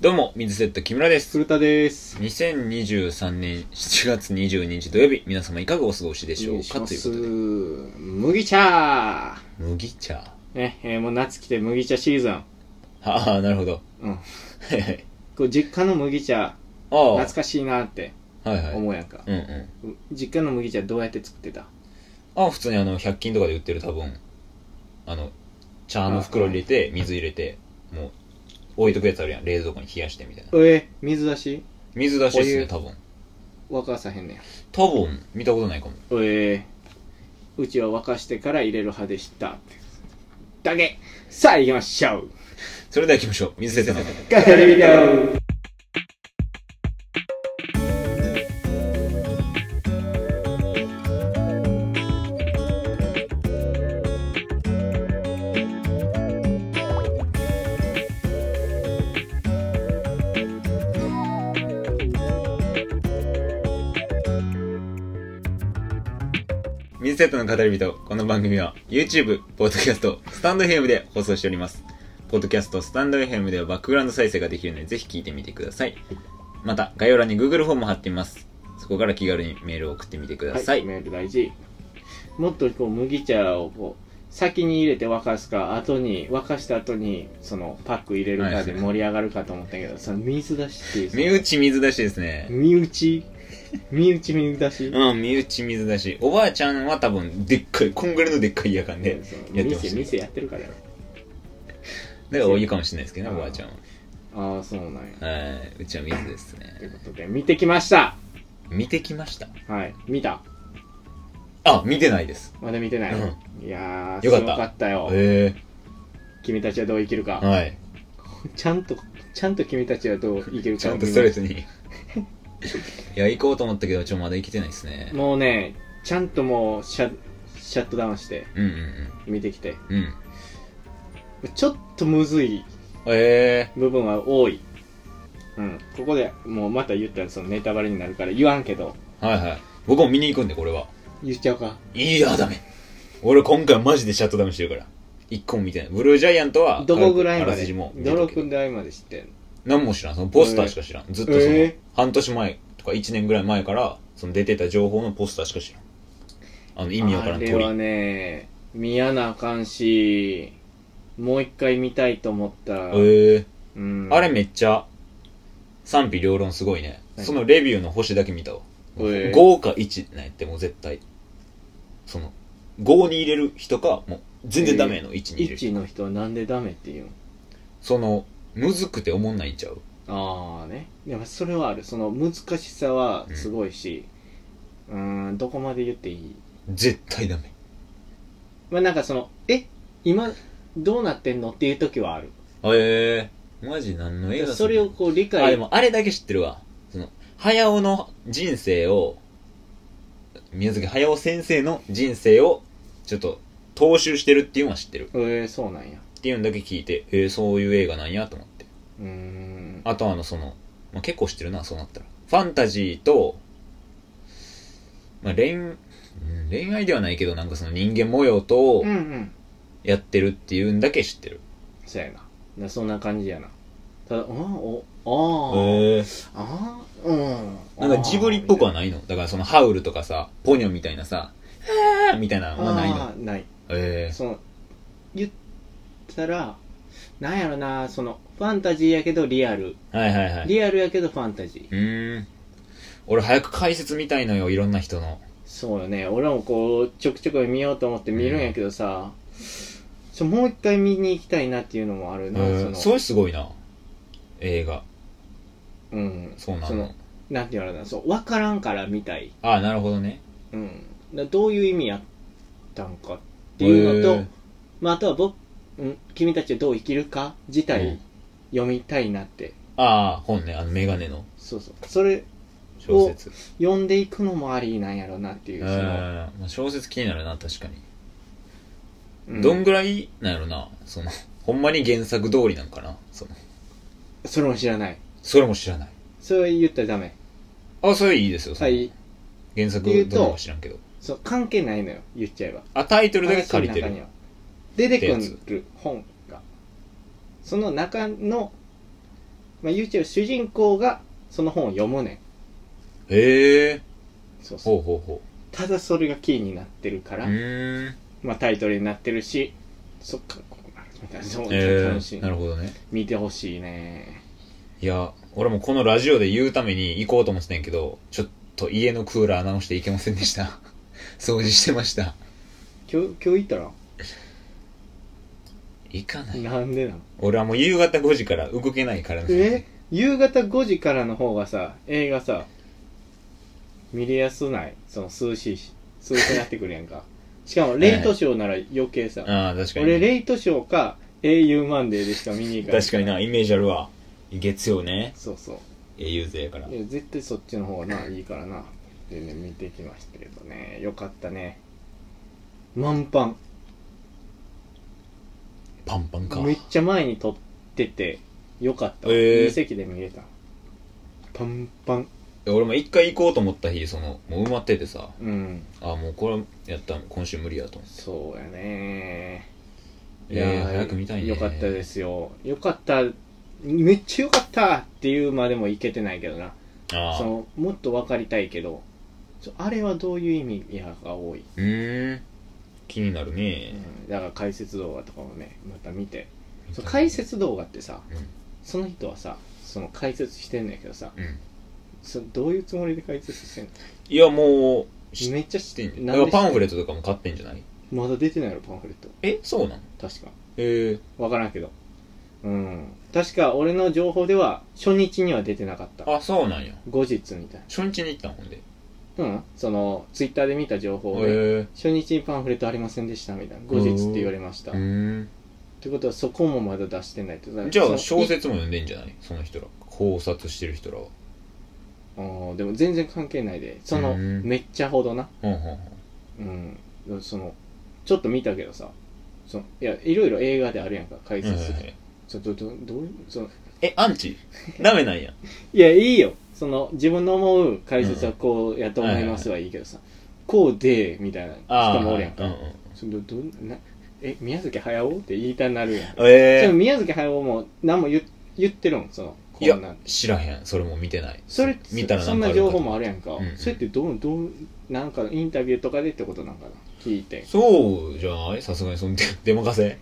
どうも、水セット木村です。古田です。 2023年7月22日土曜日、皆様いかがお過ごしでしょうかお願いといしうことで、ます麦茶麦茶。ね、えーもう夏来て麦茶シーズン。ああ、なるほど。 うん。はいはいこう実家の麦茶、ああ、懐かしいなってはいはい。思うやんか。うんうん。う実家の麦茶どうやって作ってたああ、普通にあの、100均とかで売ってる多分、あの、茶の袋入れて、水入れて、もう、置いとくやつあるやん。冷蔵庫に冷やしてみたいな。え、水出し水出しですおね、湯多分。沸かさへんね多分、見たことないかも。ん。えー、うちは沸かしてから入れる派でした。だけさあ行きましょうそれでは行きましょう。水セットの。ガチャレビデオ水セットの語り人、この番組は YouTube、ポッドキャスト、スタンド FM で放送しております。ポッドキャスト、スタンド FM ではバックグラウンド再生ができるので、ぜひ聞いてみてください。また、概要欄に Google フォームも貼っています。そこから気軽にメールを送ってみてください。メール大事もっとこう麦茶をこう先に入れて沸かすか後に沸かした後にそのパック入れるはかいで盛り上がるかと思ったけどその水出しっていうその身内水出しですね。身内身内水出しうん、身内水出し。おばあちゃんは多分、でっかい、こんぐらいのでっかいやかんで、そのやってま店したね店やってるからやろだからお湯かもしれないですけどね、うんおばあちゃんは。ああそうなんやはい、うちは水ですねと。いうことで見てきました見てきましたはい見たあ、見てないです。まだ見てない、ういやーよかったすごかったよへ君たちはどう生きるえか、はい。ちゃんとちゃんと君たちはどう生きるかちゃをん見とまスしトたレート に。いや、行こうと思ったけど、ちょ、まだ行けてないですね。もうね、ちゃんともうシャシャットダウンしてうん見てきて、うんうん。うん。ちょっとむずいえ部分は多い。うん、ここでもうまた言ったらそのネタバレになるから言わんけど、えはいはい。僕も見に行くんで、これは。言っちゃおうか。いや、ダメ。俺今回マジでシャットダウンしてるから。一個も見てない。ブルージャイアントは、どこぐらいまあらでじも、見てどるのけど。ぐらいまで知ってんの何も知らん。そのポスターしか知らん。ずっとその、ええ半年前とか一年ぐらい前から、その出てた情報のポスターしか知らん。あの、意味わからんあ鳥。れはね、見やなあかんし、もう一回見たいと思った。ええうん、あれめっちゃ賛否両論すごいね。何そのレビューの星だけ見たわ。えー5か1なんやってもう絶対。その、5に入れる人か、もう全然ダメの1に入れる人。 1の人はなんでダメって言うんその、むずくて思んないんちゃうああねでもそれはあるその難しさはすごいしうーんどこまで言っていい絶対ダメ。まあなんかそのえ今どうなってんのっていう時はあるええー。マジ何の映画それをこう理あ、で解もあれだけ知ってるわ。その、早尾の人生を、宮崎駿先生の人生を、ちょっと、踏襲してるっていうのは知ってる。えー、そうなんやっていうのだけ聞いて、えー、そういう映画なんやと思って。うーんあとあの、その、まあ、結構知ってるな、そうなったら。ファンタジーと、まあ、恋、うん恋愛ではないけど、なんかその人間模様とうんうんやってるっていうんだけ知ってる。そうやなだからそんな感じやなただあーおあー、へえあーうんなんかジブリっぽくはなないのだからそのハウルとかさ、ポニョみたいなさ、あーみたいなのはないの。あーないえその言ったらなんやろなそのファンタジーやけどリアルえはいはいはい。リアルやけどファンタジーうーん。俺早く解説見たいのよ、いろんな人の。そうよね俺もこうちょくちょく見ようと思って見るんやけどさ、ちょもう一回見に行きたいなっていうのもあるな、うんすそのごいすごいな。映画。うんそうなそのの。なんて言われたそう分からんから見たい、ああ、なるほどね。うん、だどういう意味やったんかっていうのと、へーまあ、あとは僕、うん「君たちはどう生きるか」自うん体読みたいなって、ああ、本ね、あの、メガネのそうそうそれ小説。読んでいくのもありなんやろなっていうんう、そのまあ、小説気になるな、確かに。うんどんぐらいなんやろな、その、ほんまに原作通りなんかな、その、それも知らないそれも知らない。それ言ったらダメあ、それいいですよ、そはのい原作通りかは知らんけど。そう関係ないのよ言っちゃえばあ、タイトルだけ借りて話の中にる。は出てくる本がその中のまあ、言うちゃう主人公がその本を読むねんへえそうそほううほうほただそれがキーになってるかううら、ーんまあ、タイトルになってるしそっからこうなるみたいなそうえ楽しい、ー、なるほどね見てほしいねいや俺もこのラジオで言うために行こうと思ってたんやけどちょっと家のクーラー直していけませんでした 掃除してました今日今日行ったら行かないなんでなの俺はもう夕方5時から動けないからねえ夕方5時からの方がさ映画さ見れやすないその涼しいし涼しくなってくるやんかしかもレイトショーなら余計さ、ああ確かに俺レイトショーか英雄マンデーでしか見に行かない確かになイメージあるわ月曜ねそうそう英雄勢やからいや絶対そっちの方がないいからなってね見てきましたけどねよかったね満帆パンパンかめっちゃ前に撮っててよかった、えーいい席で見れたパンパン俺も一回行こうと思った日そのもう埋まっててさうんああもうこれやった今週無理やと思ってそうやねえー早く見たいねよかったですよよかっためっちゃよかったっていうまでもいけてないけどなあそあのもっと分かりたいけどちょあれはどういう意味やが多い、うーん気になるうねん、だから解説動画とかもねまた見てそう解説動画ってさ、うんその人はさその解説してんだけどさうんそどういうつもりで解説してんのいやもう知っめっちゃ知てんじゃんなだかんでらパンフレットとかも買ってんじゃないまだ出てないのパンフレットえそうなの確かええ分からんけどうん確か俺の情報では初日には出てなかったあそうなんや後日みたい初日に行ったんほんでへなうんそのツイッターで見た情報でえ初日にパンフレットありませんでしたみたいな後日って言われましたうっーんてことはそこもまだ出してないってことだねじゃそのあ小説も読んでんじゃないその人ら考察してる人らはうんでも全然関係ないでそのうんめっちゃほどなほんほんほんうんそのちょっと見たけどさそのいやいろいろ映画であるやんか解はい説はいとかはいちょどどどういうそのえアン チダメなんやいやいいよその自分の思う解説はこうやと思いますはいいけどさ、こうでみたいなああ人もおるやんか、うんうんそのどどなえ宮崎駿って言いたなるやん、えでえも宮崎駿も何も言言ってるもんそのこいんなや知らへんそれも見てないそれ見たらそなんんかあなるの情かと報もあるやんか、うんうんそれってどうどうなんかインタビューとかでってことなんかな聞いてそうじゃないさすがにその 出出任せ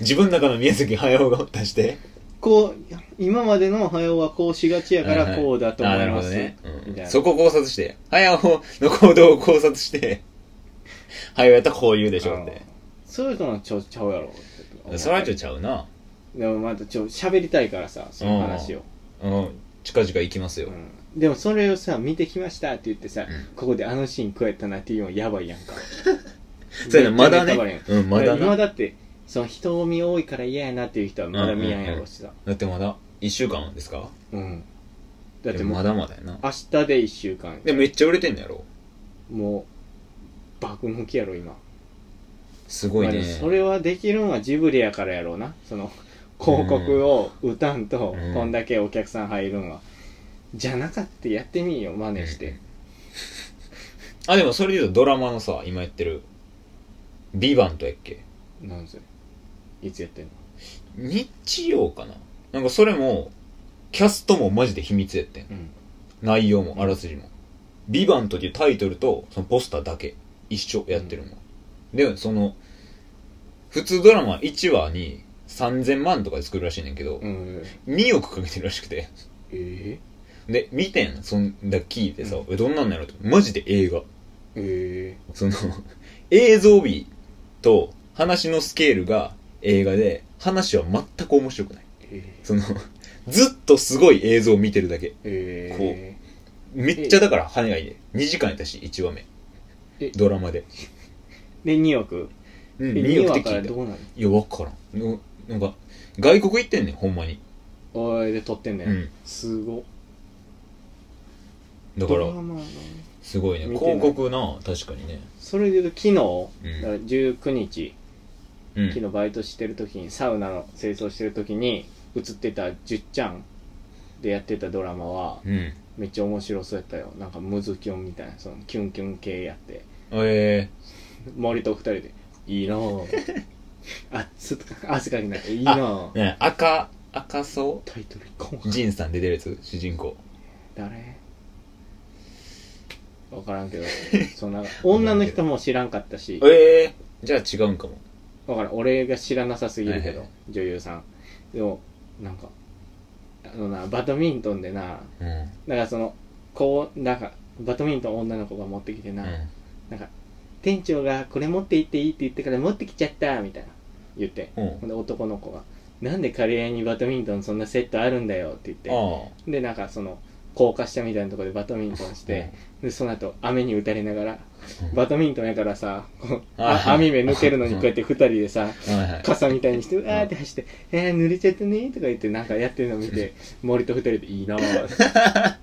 自分の中の宮崎駿が出してこう今までの駿はこうしがちやかはいらはいこうだと思あないるほまどす、ね、うみたいん、なそこ考察して駿の行動を考察して 駿やったらこう言うでしょっあてそういうのはちょちゃうやろそれはちょっとちゃうなでもまたちょ喋りたいからさその話を、うん近々行きますよ、うんでもそれをさ見てきましたって言ってさ、んここであのシーン加えたなっていうのはやばいやんか そうやなまだめっちゃネタバレやねんうんまだ今なだってその人混み多いから嫌やなっていう人はまだ見やんやろしさ、だってまだ1週間ですかうんだってでももまうだまだやな明日で1週間でめっちゃ売れてんのやろもう爆抜きやろ今すごいまあねでもそれはできるんはジブリやからやろうなその広告を打たんと、うんこんだけお客さん入るんはじゃなかってやってみんよ真似して、うんあでもそれで言うとドラマのさ今やってる「ビバントやっけなんそれいつやってんの日曜かななんかそれもキャストもマジで秘密やってんうん内容もあらすじも「ビバントっていうタイトルとそのポスターだけ一緒やってるもん、でその普通ドラマ1話に3000万とかで作るらしいねんけど、うん2億かけてるらしくてえで見てんそんだけ聞いてさ、えどんなんなんやろってマジで映画ええその 映像美と話のスケールが映画で話は全く面白くないええその ずっとすごい映像を見てるだけええめっちゃだから早いね2時間やったし1話目えドラマで、で2億うん、で2 2億っ話てから聞いたどうなるいや分からんのなんか外国行ってんねんほんまにおいで撮ってんね、うんすごだからドラマのすごいね見てな広い告な確かにねそれで言うと昨う日、んだから19日うん昨日バイトしてる時にサウナの清掃してる時に映ってた「じゅっちゃん」でやってたドラマはうんめっちゃ面白そうやったよなんかムズキュンみたいなそのキュンキュン系やってえ森と二人 で「いいなぁ」あっつ汗かきながらいいなー、ぁね赤赤楚タイトル一個も仁さんで出るやつ主人公誰分からんけどそんな女の人も知らんかっ たしええじゃあ違うんかも分からん俺が知らなさすぎるけど、はいは女優さんでもなんかあのなバドミントンでなうんうんだからそのこうなんかバドミントン女の子が持ってきてな、なんか店長がこれ持って行っていいって言ってから持ってきちゃったみたいな言ってうんほんで男の子が「なんでカレー屋にバドミントンそんなセットあるんだよ」って言ってあでなんかその高架下みたいなところでバドミントンあして、でその後雨に打たれながらうんバドミントンやからさこうああー網目抜けるのにこうやって二人でさうんはいはい傘みたいにしてうわーって走って「えー、濡れちゃったね」とか言ってなんかやってるの見て森と二人で「いい なー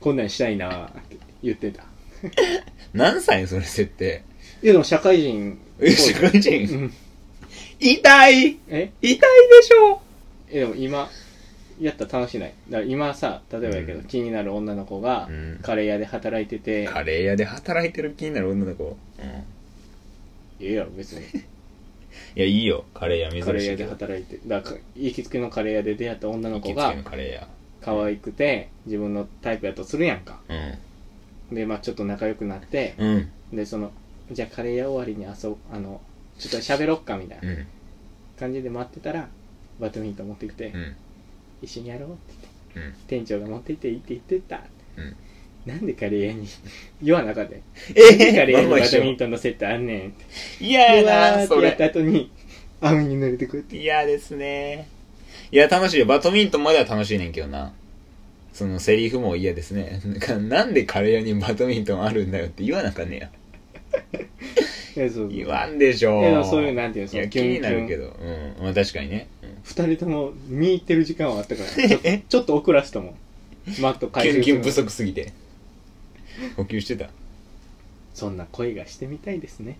こんなんしたいな」って言ってた何歳それ設定いやでも社会人え社会う人ん痛いえ痛いでしょえでも今やったら楽しないだから今さ例えばやけど、うん気になる女の子がうんカレー屋で働いてて、カレー屋で働いてる気になる女の子うんいいやろ別いにやいいよカレー屋カ珍レーし屋いけでど働いてだから行きつけのカレー屋で出会った女の行子きつけがのカレ可愛くて自分のタイプやとするやんかー屋でまあちょっと仲良くなってうんうんでそのじゃあカレー屋終わりに遊ぶあのちょっと喋ろっかみたいうなん感じで待ってたらバドミントン持ってきて、うん一緒にやろうって言ってうん店長が持ってっていいって言ってた、うんなんでカレー屋に言わなかっ たよえカレー屋にバドミンートンのセットあんね んって嫌うわやーなってそやったれ後に雨に濡れてくって嫌ですねいや楽しいよバドミントンまでは楽しいねんけどなそのセリフも嫌ですね なんかなんでカレー屋にバドミントンあるんだよって言わなかねやいやそう言わんでしょいやでもそういうなんていういのそのやキ気ュンキュになンるけどうんまあ確かにねうん二人とも見入ってる時間はあっ たからちょちょっと遅らせたもんマットキ回ュ収ンすキるュンの不足すぎて補給してたそんな恋がしてみたいですね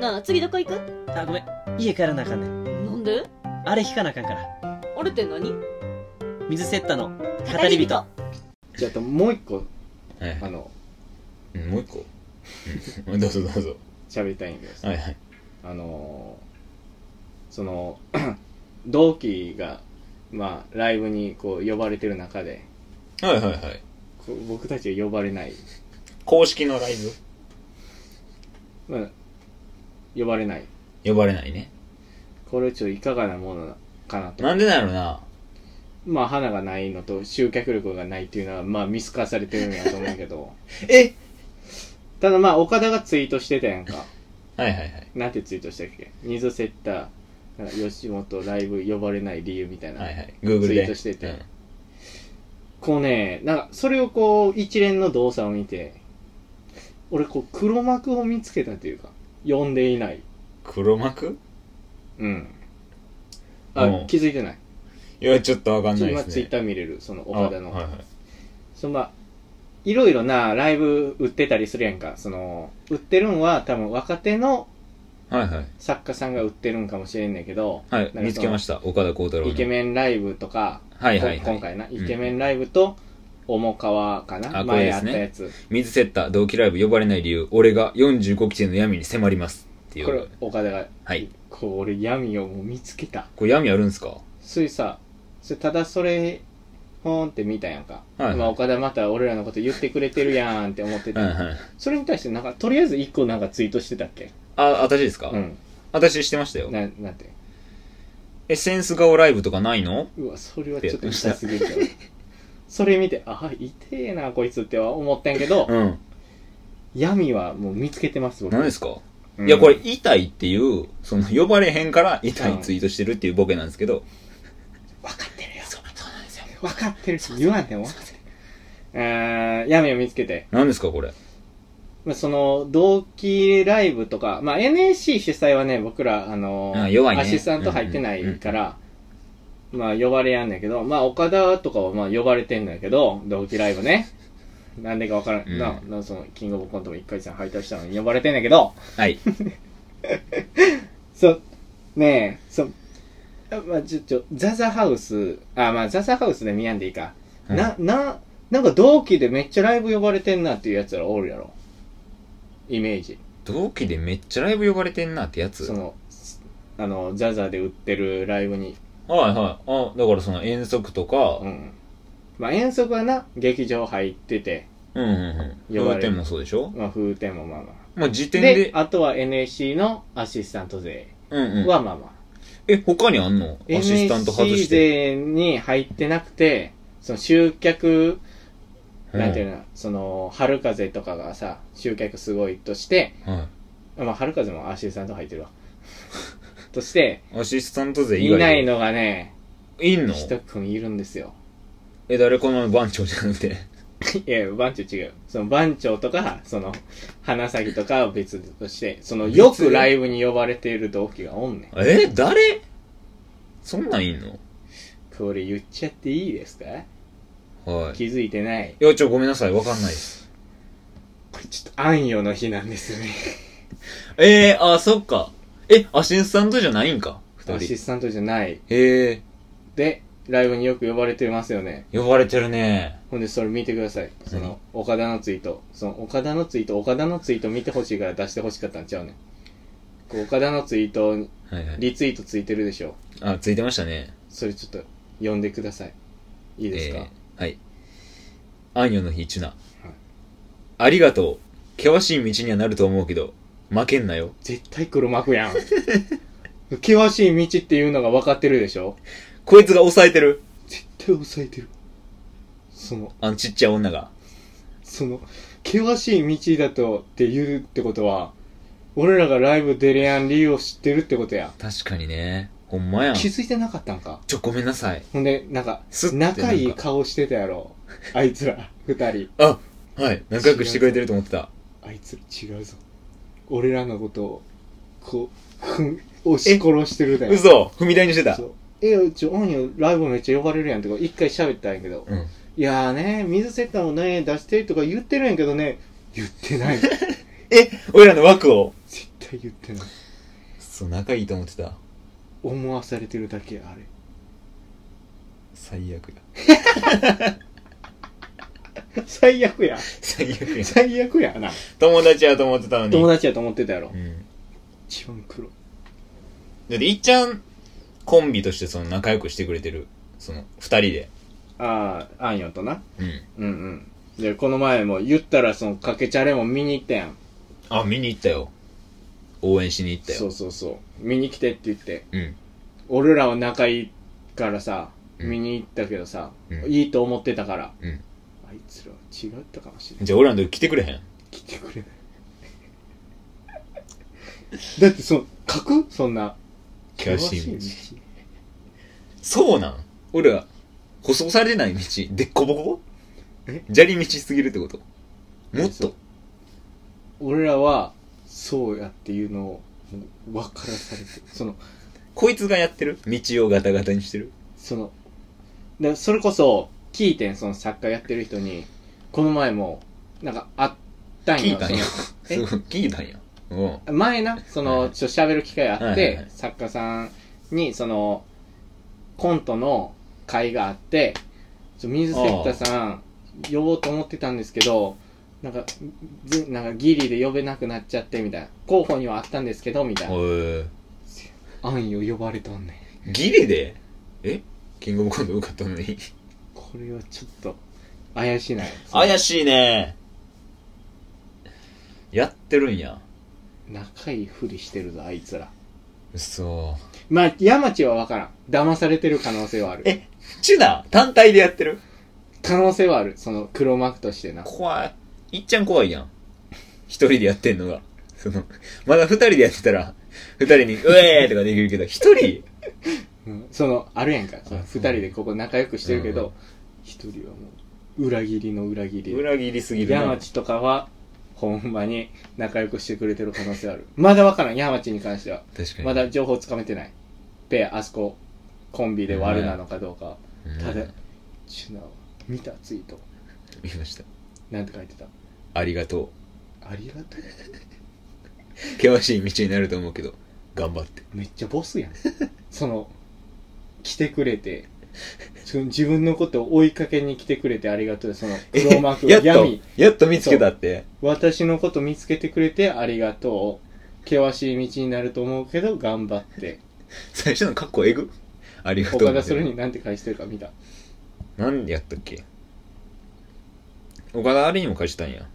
なあ次どこ行くあごめん家帰らなあかんねんなんであれ引かなあかんからあれって何水セッタの語り人じゃああともう一個はいあのうんもう一個うん どうぞどうぞ喋りたいんです、はいはいあのーその 同期がまあライブにこう呼ばれてる中ではいはいはいこう僕たちは呼ばれない、公式のライブまあ、呼ばれない呼ばれないねこれちょっといかがなものかなとなんでなのなまあ花がないのと集客力がないっていうのはまあ見透かされてるんやと思うけど えただまあ岡田がツイートしてたやんかはいはいはいなんてツイートしたっけ水セッターなんか吉本ライブ呼ばれない理由みたいな、はいはいグーグルでツイートしててうんこうねなんかそれをこう一連の動作を見て俺こう黒幕を見つけたというか呼んでいない黒幕うんあうん気づいてないいやちょっとわかんないです今ねツイッター見れるその岡田あはいのはいそのまあいろいろなライブ売ってたりするやんかその売ってるんは多分若手のはいはい作家さんが売ってるんかもしれんねんけどはい見つけましした岡田幸太郎のイケンメンライブとかはいはいこは今い回なイケメンライブと重川かな、あこれ前であっすたねやつ水セッター同期ライブ呼ばれない理由俺が45期生の闇に迫りますっていうこれ岡田がはいこう俺闇をもう見つけたこれ闇あるんすかそれさそれただそれほーんって見たやんか、はいはい今岡田また俺らのこと言ってくれてるやんって思ってうた、んうんそれに対してなんかとりあえず一個なんかツイートしてたっけあ私ですかうん私してましたよななんてえセンス顔ライブとかないのうわそれはちょっと痛すぎるけどそれ見てあ痛えなこいつっては思ってんけど、うん闇はもう見つけてます僕何ですかうんいや、これ、痛いっていう、その、呼ばれへんから、痛いツイートしてるっていうボケなんですけど、分かってるよそうなんですよ。分かってるし言わんでも分かってるえー闇を見つけて何ですか、これ。まあその同期ライブとか、まあ、NSC 主催はね僕らあのあ弱いねアシスタント入ってないから、まあ呼ばれやんねんけどまあ岡田とかはまあ呼ばれてんだけど同期ライブ ねなんでかわからん、うんななそのキングオブコントも一回戦敗退したのに呼ばれてんだけどはい。そうねえそうあまあちょちょザザハウスあまあザザハウスで見やんでいいか、うんなななんか同期でめっちゃライブ呼ばれてんなっていうやつらおるやろイメージ同期でめっちゃライブ呼ばれてんなってやつそのあのザザで売ってるライブに、はいはい。あ、だからその遠足とか、うん、まあ遠足はな劇場入ってて、うんうんうん。呼要ばれる点もそうでしょまあ、風天もまあまあまあ時で点で、あとは NSC のアシスタント勢うんうん。はまあまあ、え、他にあんのアシスタント外 NSC して。勢に入ってなくてその集客なんていううの、その春風とかがさ集客すごいとして、のはまあ、春風もアシスタント 入ってるわとしてい。アシスタント勢以い外ない。のがねいんの一組いるんですよえ、誰この番長じゃなくて。 いや、番長違う。その番長とか、その、花咲とかは別として、その、別よくライブに呼ばれている同期がおんねん。え、誰そんなんいんのこれ言っちゃっていいですかはい。気づいてない。いや、ちょ、ごめんなさい。わかんないです。これちょっと、暗夜の日なんですね。えー、あ、そっか。え、アシスタントじゃないんか二アシ人。スタントじゃない。えで、ライブによく呼ばれてますよね。ー、呼ばれてるね。ほんで、それ見てください。その、岡田のツイート。その、岡田のツイート、岡田のツイート見てほしいから出してほしかったんちゃうねん。こう岡田のツイート、はいはい。リツイートついてるでしょ。あ、ついてましたね。それちょっと、呼んでください。いいですか、えーはい。アンヨの日チュナ。ありがとう。険しい道にはなると思うけど、負けんなよ。絶対黒幕やん。険しい道っていうのが分かってるでしょこいつが抑えてる。絶対抑えてる。その、あのちっちゃい女が。その、険しい道だとって言うってことは、俺らがライブ出れやん理由を知ってるってことや。確かにね。ほんまやん。気ちづいてなかったんか。ょ、ごめんなさい。ほんで、なんかすっ、てなんか仲いい顔してたやろ。あいつら、二人。あ、はい。仲良くしてくれてると思ってた。あいつら違うぞ。俺らのことを、こう、ふん、押し殺してるだよ。嘘踏み台にしてた。そうえ、うち、オンよ、ライブめっちゃ呼ばれるやんって、一回喋ったんやけど。うん。いやーね、水セッターもね、出してるとか言ってるんやけどね、言って ない。絶え、俺らの枠を。対言ってない。そう、仲いいと思ってた。思わされてるだけ、あれ。最悪や。 最悪や。最悪や。最悪やな。友達やと思ってたのに。友達やと思ってたやろう。ん。一番黒い。だって、いっちゃん、コンビとしてその仲良くしてくれてる。その、二人で。あー、あんよとな。うん。うんうん。で、この前も言ったら、その、かけちゃれも見に行ったやん。あ、見に行ったよ。応援しに行ったよ。そうそうそう。見に来てって言って。うん。俺らは仲いいからさ、うん見に行ったけどさ、うんいいと思ってたから。うん。あいつらは違ったかもしれない。じゃあ、俺らの時来てくれへん来てくれない だってその書くそんな険しい道。道そうなん俺ら、舗装されてない道、でっこぼこえ砂利道すぎるってこともっと。俺らはそうやっていうのをもう分からされてるそのこいつがやってる道をガタガタにしてるそのだそれこそ聞いてんその作家やってる人にこの前もなんかあったん聞よいたんや。えすごい聞いたんや。うん。その前なそはいのちょっと喋る機会あって、はいはいはい作家さんにそのコントの会があってちょ水瀬田さん呼ぼうと思ってたんですけどなんかずなんかギリで呼べなくなっちゃってみたいな候補にはあったんですけどみたいなおい。あんよ呼ばれたんねギリでえキングオブコント受かったのに。これはちょっと怪しない怪しいね。やってるんや。仲いいふりしてるぞあいつら嘘。まあ山地は分からん騙されてる可能性はあるえチュナ単体でやってる可能性はあるその黒幕としてな怖い。いっちゃん怖いやん。一人でやってんのが。その、まだ二人でやってたら、二人に、うえーとかできるけど、一人うんそのあるやんかそのあ二そう人でここ仲良くしてるけうんうんど一、人はもう裏切りの裏切り裏切りすぎる山な。地とかはほんまに仲良くしてくれてる可能性あるまだわからん山地に関しては確かに。まだ情報つかめてないペアあそこコンビで悪なのかどうか、うん、ただシュナは見たツイート見ました。なんて書いてたありがとありがとうう。険しい道になると思うけど、頑張って。 めっちゃボスやんその来てくれてその自分のことを追いかけに来てくれてありがとう。その え黒幕、やっと闇。、やっと見つけたって。私のこと見つけてくれてありがとう。険しい道になると思うけど、頑張って。最初のカッコエグありがとう。岡田それに何て返してるか見た。なんでやったっけ岡田あれにも返したんや。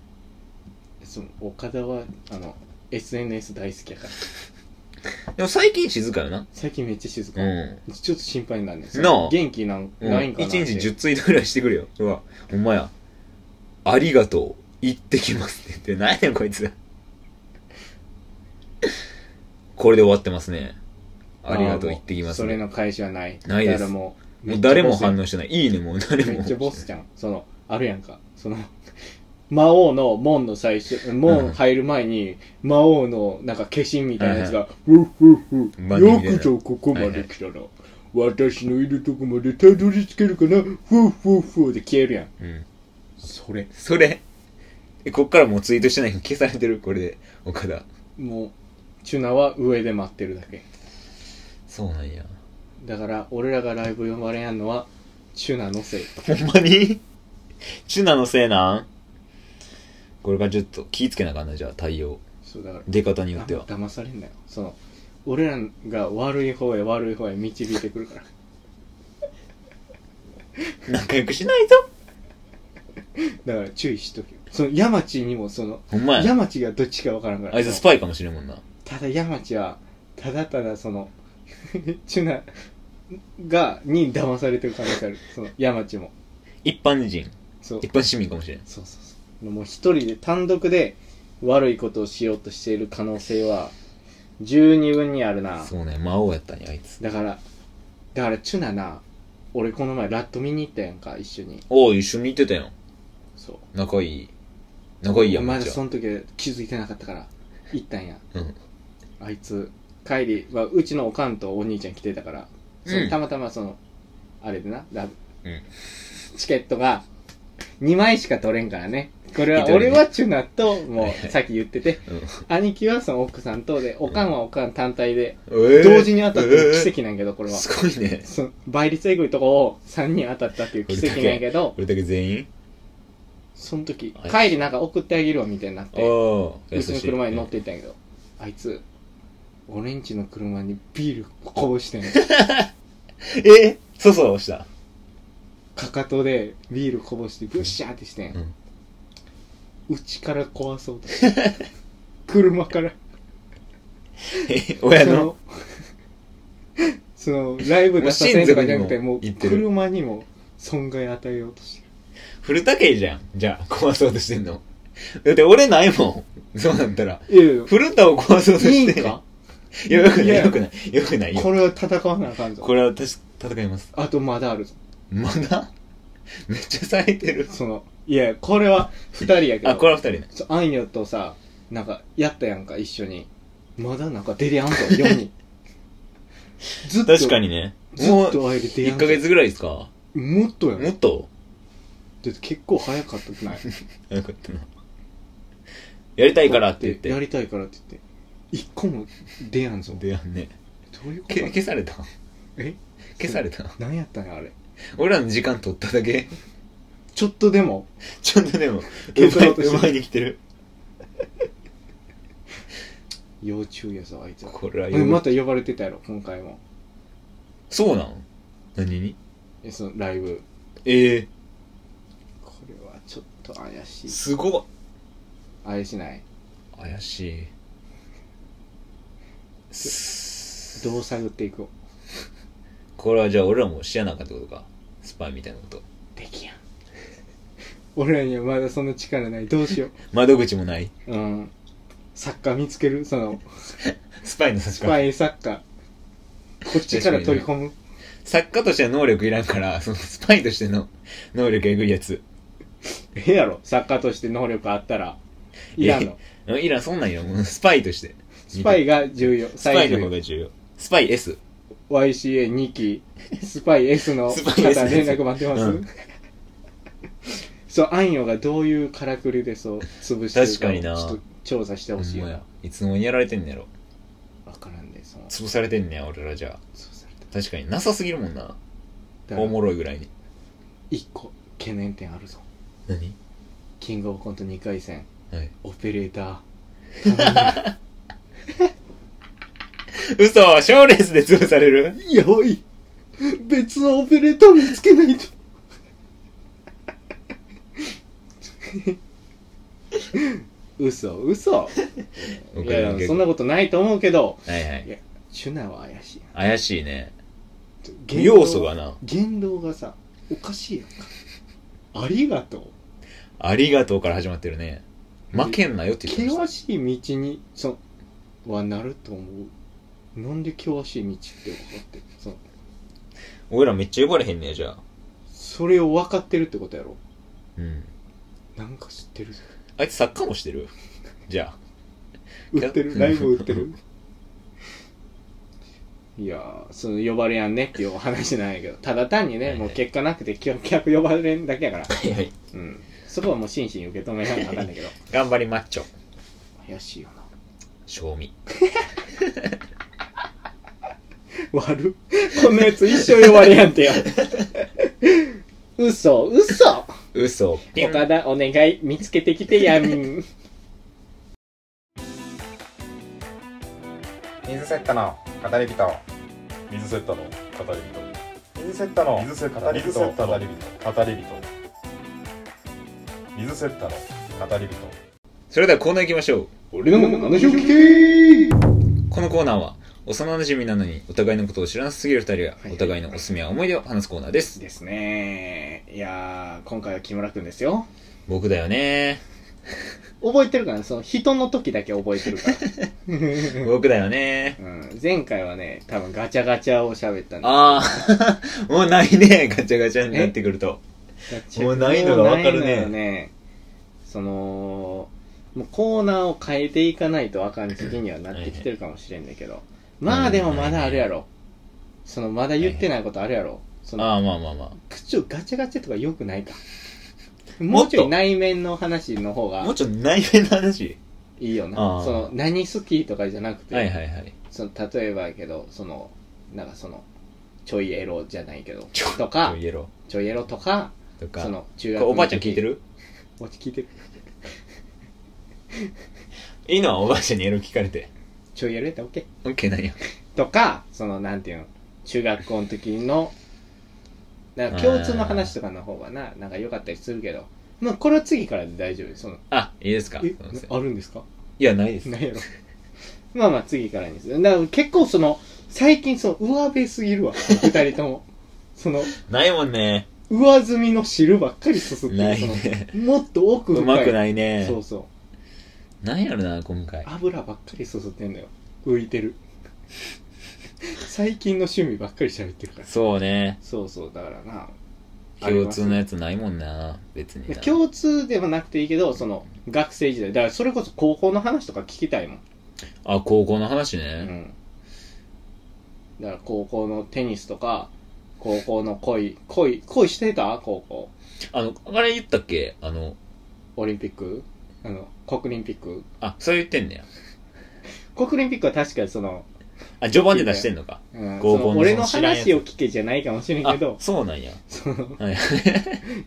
その岡田は、あの、SNS 大好きやから。でも最近静かよな。最近めっちゃ静か。うん。ちょっと心配になんねんなあ元気なん、うん、ないんかなって。 1日10ツイートぐらいしてくれよ。うわ、ほんまや。ありがとう。行ってきますって言って。何やねんこいつ。これで終わってますね。ありがとう、ー行ってきます、それね。の返しはない。ないですだからもう、もう誰も応反応してない。いいね、もう誰も。めっちゃボスじゃん。その、あるやんか。その、魔王の門の最初、門入る前に、魔王のなんか化身みたいなやつが、ふっふっまあふ、よくぞここまで来たな。私のいるとこまでたどり着けるかなふっふっふで消えるやん。うん。それ。それ、え、こっからもうツイートしてないの消されてる、これで、岡田。もう、チュナは上で待ってるだけ。そうなんや。だから、俺らがライブ呼ばれやんのは、チュナのせい。ほんまにチュナのせいなんこれからちょっと気ぃつけなあかんな、じゃあ、対応。そうだから。出方によっては。騙されんなよその俺らが悪い方へ悪い方へ導いてくるから 仲良くしないとだから注意しとけよその山地にもそのほんまや。山地がどっちかわからんからあいつスパイかもしれんもんな。ただ山地はただただその チュナがに騙されてる可能性あるその山地も一般人。そう一般市民かもしれん。そうそうそうもう一人で単独で悪いことをしようとしている可能性は十二分にあるなそうね、魔王やったんや、あいつ。だからだからチュナな俺この前ラット見に行ったやんか一緒におう、一緒に行ってたやん。そう仲いい。仲いいやん、まめっだちゃその時は気づいてなかったから行ったんやうん。あいつ帰りはうちのおかんとお兄ちゃん来てたから、そのうんたまたまそのあれでなだ、うんチケットが2枚しか取れんからねこれは一人ね俺はチュナともはいはういさっき言っててうん。兄貴はその奥さんとでおかんはおかん単体でえ同時に当たったえー奇跡なんやけどこれは、すごいね。その倍率えぐいとこを3人当たったっていう奇跡なんやけど俺だけ全員その時はい帰りなんか送ってあげるわみたいになってああ、うちの車に乗っていったんやけど、あいつ、俺んちの車にビールこぼ してんのえそうそうした。かかとでビールこぼしてブッシャーってしてん。うんうち、から壊そうとして。 車から。え親そのの、 その、ライブ出させんとかじゃなくて、ももうう親族にも車にも損害与えようとしてる。古竹じゃん。じゃあ、壊そうとしてんの。だって俺ないもん。そうなったら。いやいや古田を壊そうとして。いいんかいや、よくないい、やよくない。よくないよ。これは戦わなあかんぞ。これは私、戦います。あとまだあるぞ。まだ めっちゃ冴えてる。その、いや、これは二人やけど。あ、これは二人ね。そう、あんよとさ、なんか、やったやんか、一緒に。まだなんか出れやんぞ、4人。 ずっと、確かにね。ずもっう、とあれで出や1んヶぞ。月ぐらいですかもっとやん。だもっっとて結構早かったくないよかったな。やりたいからって言やって。りたいからって言って。一個も出やんぞ。でやんね。どういうこけと消さ れたえ消された何やったんや、あれ。俺らの時間取っただけちょっとでも、 ちょっとでも、削ろうとしてる奪いに来てる。要注意やぞ、あいつは。これはでまた呼ばれてたやろ、今回も。そうなん何にえそのライブ。ええこれはちょっと怪しい。すごっ怪しない。怪しいすどう探っていここれはじゃあ俺らも知らなあかんってことかスパイみたいなことう。できやん。俺らにはまだそんな力ない。どうしよう。窓口もない うん。作家見つけるその、スパイの差しスパ方イ作家。こっちから取り込む。作家としての能力いらんからそのスパイとしての能力えぐいやつええやろ、作家として能力あったら。いらんの。うんいらんそんなんいらんもうスパイとしてスパイが重要。スパイ最の方重が重要スパイ S YCA2 期、 スパイ S のス方パイ S 連絡待ってます、うん そう、アンヨがどういうからくりでそう、潰して確かにるかなをちょっと調査してほしいほんよまなや。いつの間にやられてんねやろわからんで、その、潰されてんねや俺らじゃあそうされた確かになさすぎるもんなだかおらもろいぐらいに一個懸念点あるぞ何キングオブコント2回戦はいオペレーター嘘賞レースで潰されるやばい別のオペレーター見つけないと 嘘嘘僕いやいやそんなことないと思うけどはいはいシュナは怪しい怪しいね言動要素がな言動がさおかしいやんかありがとうありがとうから始まってるね負けんなよって言ってました険しい道にそはなると思うなんで険しい道って分かってるそ俺らめっちゃ呼ばれへんねやじゃあそれを分かってるってことやろうんなんか知ってるあいつ作家もしてるじゃ売ってうるんライブ売ってる いやーその呼ばれやんねっていうお話なんやけどただ単にねはいはいもう結果なくて客客呼ばれんだけやからあはいはいうんそこはもう真摯に受け止めなきゃあかんだけど頑張りマッチョ 怪しいよな賞味悪 っこんなやつ一生呼ばれやんってよ 嘘嘘嘘ピン岡田お願い見つけてきてやん水セットの語り人水セッタの語り水セットの人水セ語り人ッタの語り人語り人水セッタの語り人それではコーナー行きましょう 俺の話を聞けこのコーナーは幼馴染なのにお互いのことを知らなすぎる二人がはいお互いのおすすめや思い出を話すコーナーですですねいやー今回は木村くんですよ僕だよね覚えてるからその人の時だけ覚えてるから、僕だよねうん、前回はね多分ガチャガチャを喋ったんでああ もうないねガチャガチャになってくるとガチャもうないのがわかるねもうないのよそのもうコーナーを変えていかないとあかん時期にはなってきてるかもしれんだけどまあでもまだあるやろそのまだ言ってないことあるやろそのああまあまあまあ口をガチャガチャとか良くないか。ももっとうちょい内面の話の方がもうちょっと内面の話いいよな。あーその、何好きとかじゃなくて、はいはいはいその例えばやけど、その、なんかその、ちょいエロじゃないけど、ちょとかイ、エロちょいエロとか、ーとかその、こ中学れのおばあちゃん聞いてるおばあちゃん聞いてる。いいのはおばあちゃんにエロ聞かれてちょいエロやったら OK。オッケーなんやとか、その、なんていうの、中学校の時の、なんか共通の話とかの方がな、なんか良かったりするけど、まあこれは次からで大丈夫です。その、あいいですかすえいません、あるんですかいやないですなんやろ。まあまあ次からにする。だから結構その、最近その上辺すぎるわ、二人とも。その、ないもんね上積みの汁ばっかりすすってないる。そのねもっと奥深うい。まくないいねそうそう。なんやろな今回油ばっかりすすってんのよ。浮いてる。最近の趣味ばっかり喋ってるから。そうねそうそう、だからな。共通のありやつないもんな別にますな共通でもなくていいけど、その、学生時代。だからそれこそ高校の話とか聞きたいもん。あ高校の話うね、ん、だから高校のテニスとか高校の恋恋恋してた高校あのあれ言ったっけあのオリンピックあの国リンピックあそう言ってんねや国リンピックは確かにその,、あ序盤で出してんのかうん、高校のその俺の知らんやつ話を聞けじゃないかもしれんあけどそうなんやそのはい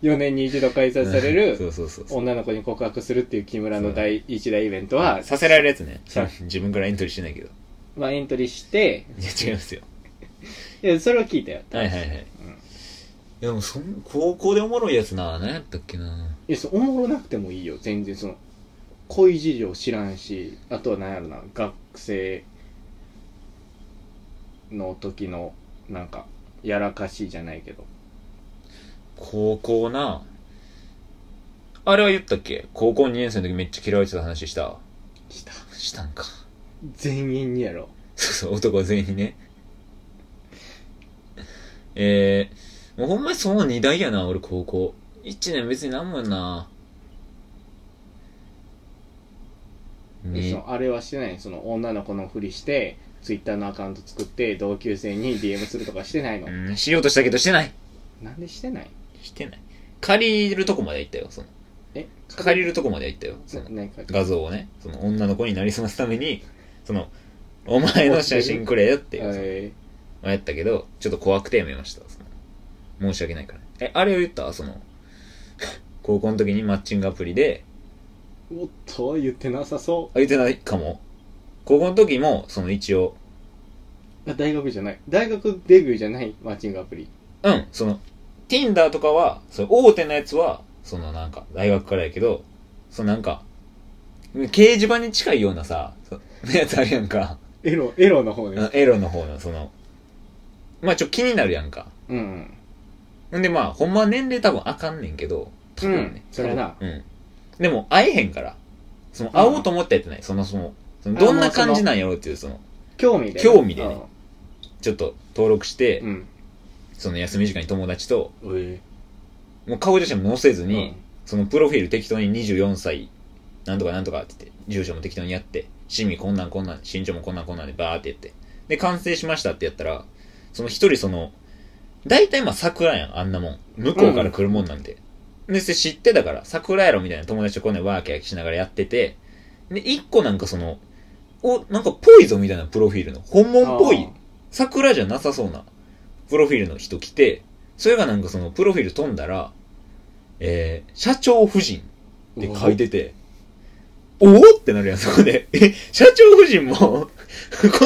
4年に一度開催され そるうそうそうそう女の子に告白するっていう木村の第一大イベントはさせられるやつねさ自分からエントリーしてないけどまあ、エントリーしていや違いますよいやそれを聞いたよはいはいはい、いうんやでもそん高校でおもろいやつな何やったっけないやそうおもろなくてもいいよ全然その恋事情知らんしあとは何やろな学生の時のなんかやらかしじゃないけど高校なあれは言ったっけ高校2年生の時めっちゃ嫌われてた話したしたしたんか全員にやろそうそう、男全員にね。えー、もうほんまにその二大やな、俺高校。一年別になんもやな。でそね、のあれはしてないその女の子のふりしてツイッターのアカウント作って同級生に DM するとかしてないのうん、しようとしたけどしてない。なんでしてないしてない。借りるとこまで行ったよ、その。え借りるとこまで行ったよ、そなの。なんか画像をね、その女の子になりすますために、その、お前の写真くれよっていう、そのえまあやったけど、ちょっと怖くてやめました。その申し訳ないから。え、あれを言ったその、 高校の時にマッチングアプリで、おっと、言ってなさそあ、言ってないかも。高校の時も、その一応、う。あ大学じゃない。大学デビューじゃない、マッチングアプリ。うん、その、Tinder とかは、その大手のやつは、そのなんか、大学からやけど、そのなんか、掲示板に近いようなさ、そのやつあるやんか。エロ、エロの方あねの。エロの方の、その、まあちょ、気になるやんか。うん。んでまあ、ほんまは年齢多分あかんねんけど、多分ね。うんそれはなうん。でも、会えへんから。その、会おうと思ってやってない。その、その、そのどんな感じなんやろうっていう、その、興味で。興味でねちょっと登録して、うん。その休み時間に友達と、うん。えもう顔写真も載せずえに、そのプロフィール適当に24歳、なんとかなんとかって言って、住所も適当にやって、趣味こんなんこんなん、身長もこんなんこんなんでバーってやって。で、完成しましたってやったら、その一人その、大体まあ桜やん、あんなもん。向こうから来るもんなんで。で、それ知ってたから、桜やろみたいな友達とこんなんワーキャーしながらやってて、で、一個なんかその、お、なんかぽいぞみたいなプロフィールの、本物っぽいあー、桜じゃなさそうな、プロフィールの人来て、それがなんかその、プロフィール飛んだら、えー、社長夫人って書いてて、おおってなるやん、そこで。え、社長夫人も、 こ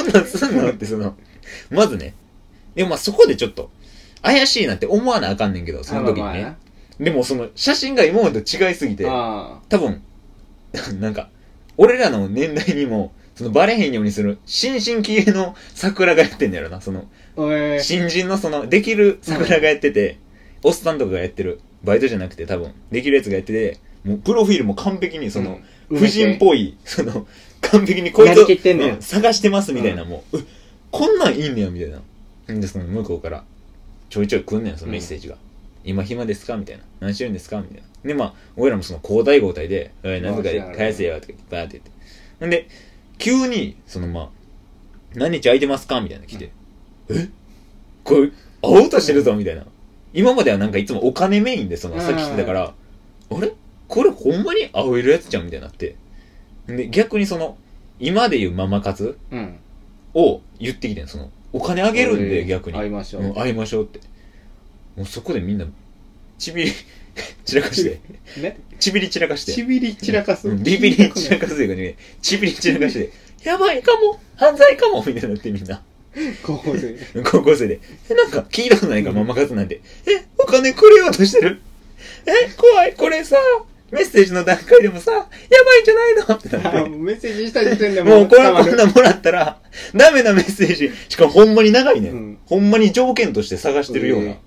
んなんすんのってその、まずね。でもまあそこでちょっと、怪しいなって思わなあかんねんけど、その時にまあまあねな。でもその、写真が今までと違いすぎて、あ多分、 なんか、俺らの年代にも、そのバレへんようにする、新進気鋭の桜がやってんだよな、その、あ。ええ新人のその、できる桜がやってて、おっさんとかがやってる、バイトじゃなくて多分、できるやつがやってて、もうプロフィールも完璧にその、うん夫人っぽい、その、完璧にこいなつりきってんねんね探してますみたいな、もう、うこんなんいいんねや、みたいな。んで、その向こうから、ちょいちょい来んねん、そのメッセージが。今暇ですかみたいな。何してるんですかみたいな。で、まあ、俺らもその交代交代で、えー、なんとかで返せよ、とか言って、バーって言って。んで、急に、そのまあ、何日空いてますかみたいなの来て、えこれ、会おうとしてるぞ、みたいな。今まではなんかいつもお金メインで、その、さっき来てたから、あれこれほんまに会えるやつじゃんみたいになって。で、逆にその、今で言うママ活うん。を言ってきてん、その、お金あげるんえで、え逆に。会いましょもうう。会いましょうって。もうそこでみんな、ちびり、 散らかして、ね。ちびり散らかして。ちびり散らかす。うんビビり散らかすというかね、ちびり散らかして、やばいかも犯罪かもみたいになってみんな。 高校生。高校生で。え、なんか聞いたことないから、ママ活なんて。え、お金くれようとしてるえ、怖い、これさ、メッセージの段階でもさ、やばいんじゃないのってなあって。メッセージした時点でもうこれ捕まこんるなもらったら、ダメなメッセージ。しかもほんまに長いね、うんん。ほんまに条件として探してるようなえ。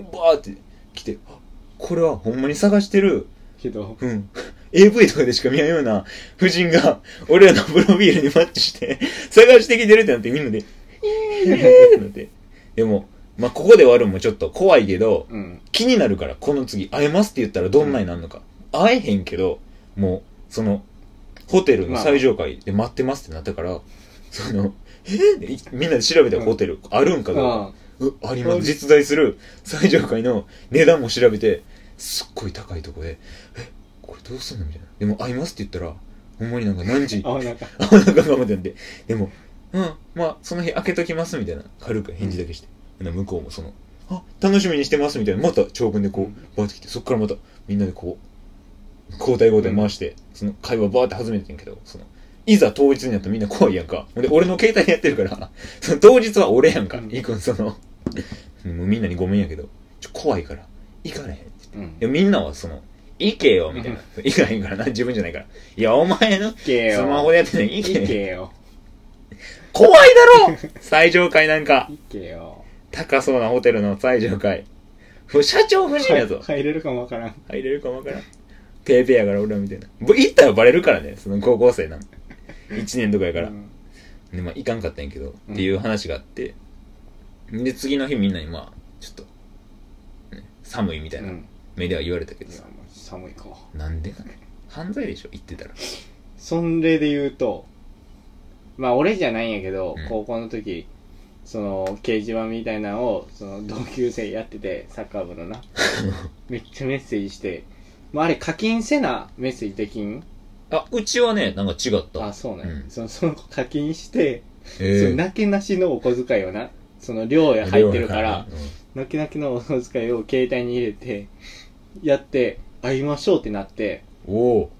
バーって来て、あこれはほんまに探してる。けど、うん。AV とかでしか見ないような夫人が、俺らのプロフィールにマッチして、探してきてるってなってみんなで、えーって なって。でも、まあ、ここで終わるのもちょっと怖いけど、うん。気になるから、この次、会えますって言ったらどんなになるのか。会えへんけど、もう、その、ホテルの最上階で待ってますってなったから、その、えーってみんなで調べたらホテルあるんかどうか。あうあります実在する最上階の値段も調べてすっごい高いとこでえこれどうすんのみたいなでも会いますって言ったらほんまになんか何時あ、あ、なんか、あなんか頑張ってんででもうんまあその日開けときますみたいな軽く返事だけして、で向こうもそのあ楽しみにしてますみたいなまた長文でこうバーってきてそっからまたみんなでこう交代交代回して、その会話バーって始めてんけどそのいざ当日になったらみんな怖いやんか。ほんで、俺の携帯でやってる から、その当日は俺やんか。うん行くん、その、もうみんなにごめんやけど、ちょ、怖いから、行かれへんって。うんで。みんなはその、行けよ、みたいな。行かへんからな、自分じゃないから。いや、お前のいけよ。スマホでやってない、い行けよ。けよ。怖いだろ 最上階なんか。いけよ。高そうなホテルの最上階。もう社長夫人やぞ。入れるかもわからん。入れるかもわからん。ペーペーやから俺らみたいな。ぶ行ったらバレるからね、その高校生なの。1年とかやからう。んで、まあ、行かんかったんやけど、うん。っていう話があって、で、次の日みんなにまあ、ちょっと、ね寒いみたいうなん目では言われたけどいやさ、もう寒いか。なんでなん犯罪でしょ言ってたら。そん例で言うと、まあ俺じゃないんやけど、うん高校の時、その掲示板みたいなのを、その同級生やってて、サッカー部の な。めっちゃメッセージして、まああれ課金せなメッセージできんあ、うちはね、なんか違った。あ、そうね。うんそのその子課金して、えそのなけなしのお小遣いをな、その寮や入ってるから、、うん泣き泣きのお小遣いを携帯に入れて、やって、会いましょうってなって、おお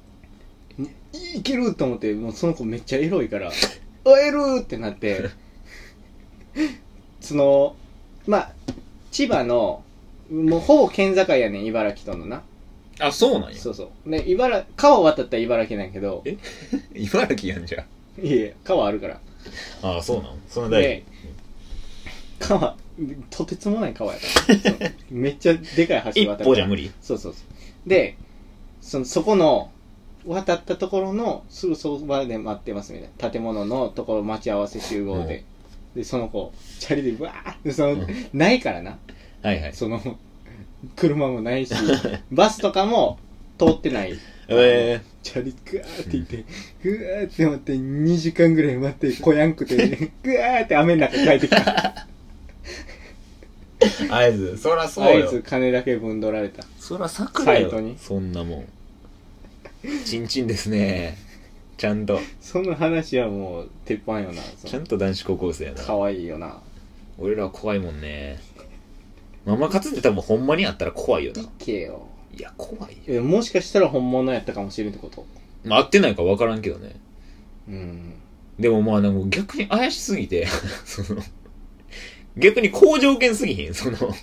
いけると思って、もうその子めっちゃエロい から、会えるってなって、 その、まあ、千葉の、もうほぼ県境やねん、茨城とのな。あそうなんやそうそう。で、茨、川を渡ったら茨城なんやけど、え茨城やんじゃんいえいえ、川あるから。ああそうなんその大で、川、とてつもない川やから。そうめっちゃでかい橋一渡るから。歩じゃ無理そうそうそう。で、そのそこの、渡ったところの、すぐそばで待ってますみたいな。建物のところ待ち合わせ集合で。で、その子、チャリでわーって、その、うんないからな。はいはいその、車 もないし、バスとかも通ってない。えチャリ、ぐわーって行って、ぐわーって待って、2時間ぐらい待って、こやんくて、 ぐわーって雨の中帰ってきた。えー、合図そらそう合よ図金だけ分取られた。そら桜よサイトにそんなもんちんちんですねちゃんとその話はもう、鉄板よな。そのちゃんと男子高校生やな可愛いよな。俺らは怖いもんねママ活って多分ほんまにあったら怖いよないいけよ。や怖いよえもしかしたら本物やったかもしれんってことまあ合ってないか分からんけどねうん。でもまあなんか逆に怪しすぎて その逆に好条件すぎひんその確か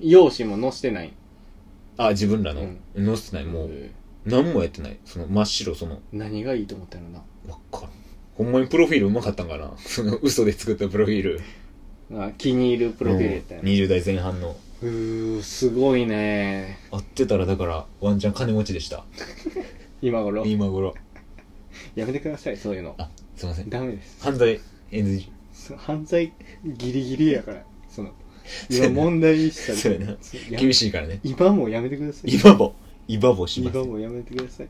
に。容姿も載せてない。あ自分らの、うん載せてないもうえ何もやってないその真っ白そのー何がいいと思ったのな。わっからんほんまにプロフィールうまかったんかな その嘘で作ったプロフィールあ気に入るプロフィールやったようんね。 20代前半のうー、すごいね。合ってたらだからワンチャン金持ちでした今頃。今頃やめてください、そういうの。あすいませんダメです。犯罪 NG そ犯罪ギリギリやから。その、今問題にしたそうやなや厳しいからね今もやめてください。イバボイバボします今もやめてください。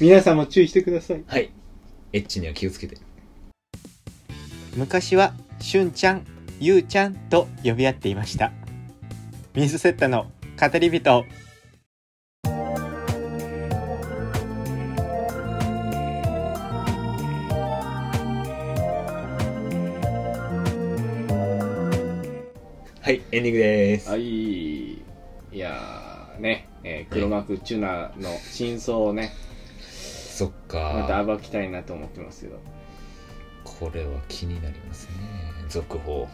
皆さんも注意してください。はいエッチには気をつけて昔はしゅんちゃん、ゆうちゃんと呼び合っていました。水セッタの語り人。はいエンディングでーすはい。いやー、ね、えー黒幕チュナの真相をね、そっまたか暴きたいなと思ってますけど、これは気になりますね続報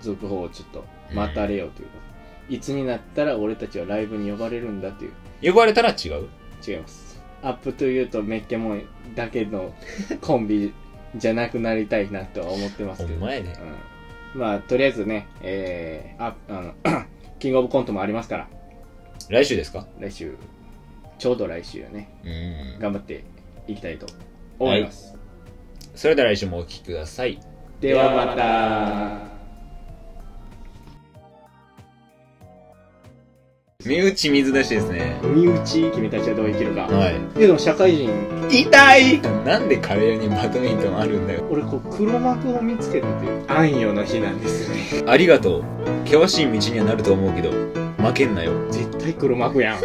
続報をちょっと待たれよということ、いつになったら俺たちはライブに呼ばれるんだという、呼ばれたら違う違います。アップトゥーユーとメッケモンだけのコンビじゃなくなりたいなとは思ってますほけんど、まやねうん、まあ、とりあえずね、えー、ああの キングオブコントもありますから、来週ですか来週、ちょうど来週よね、うん頑張っていきたいと思います。それでは来週もお聞きくださいではまた。身内水出しですね身内君たちはどう生きるか。はいやでも社会人、い痛いなんでカレー屋にバドミントンあるんだよ俺こう黒幕を見つけたという暗夜の日なんですよね。ありがとう険しい道にはなると思うけど負けんなよ絶対黒幕やん。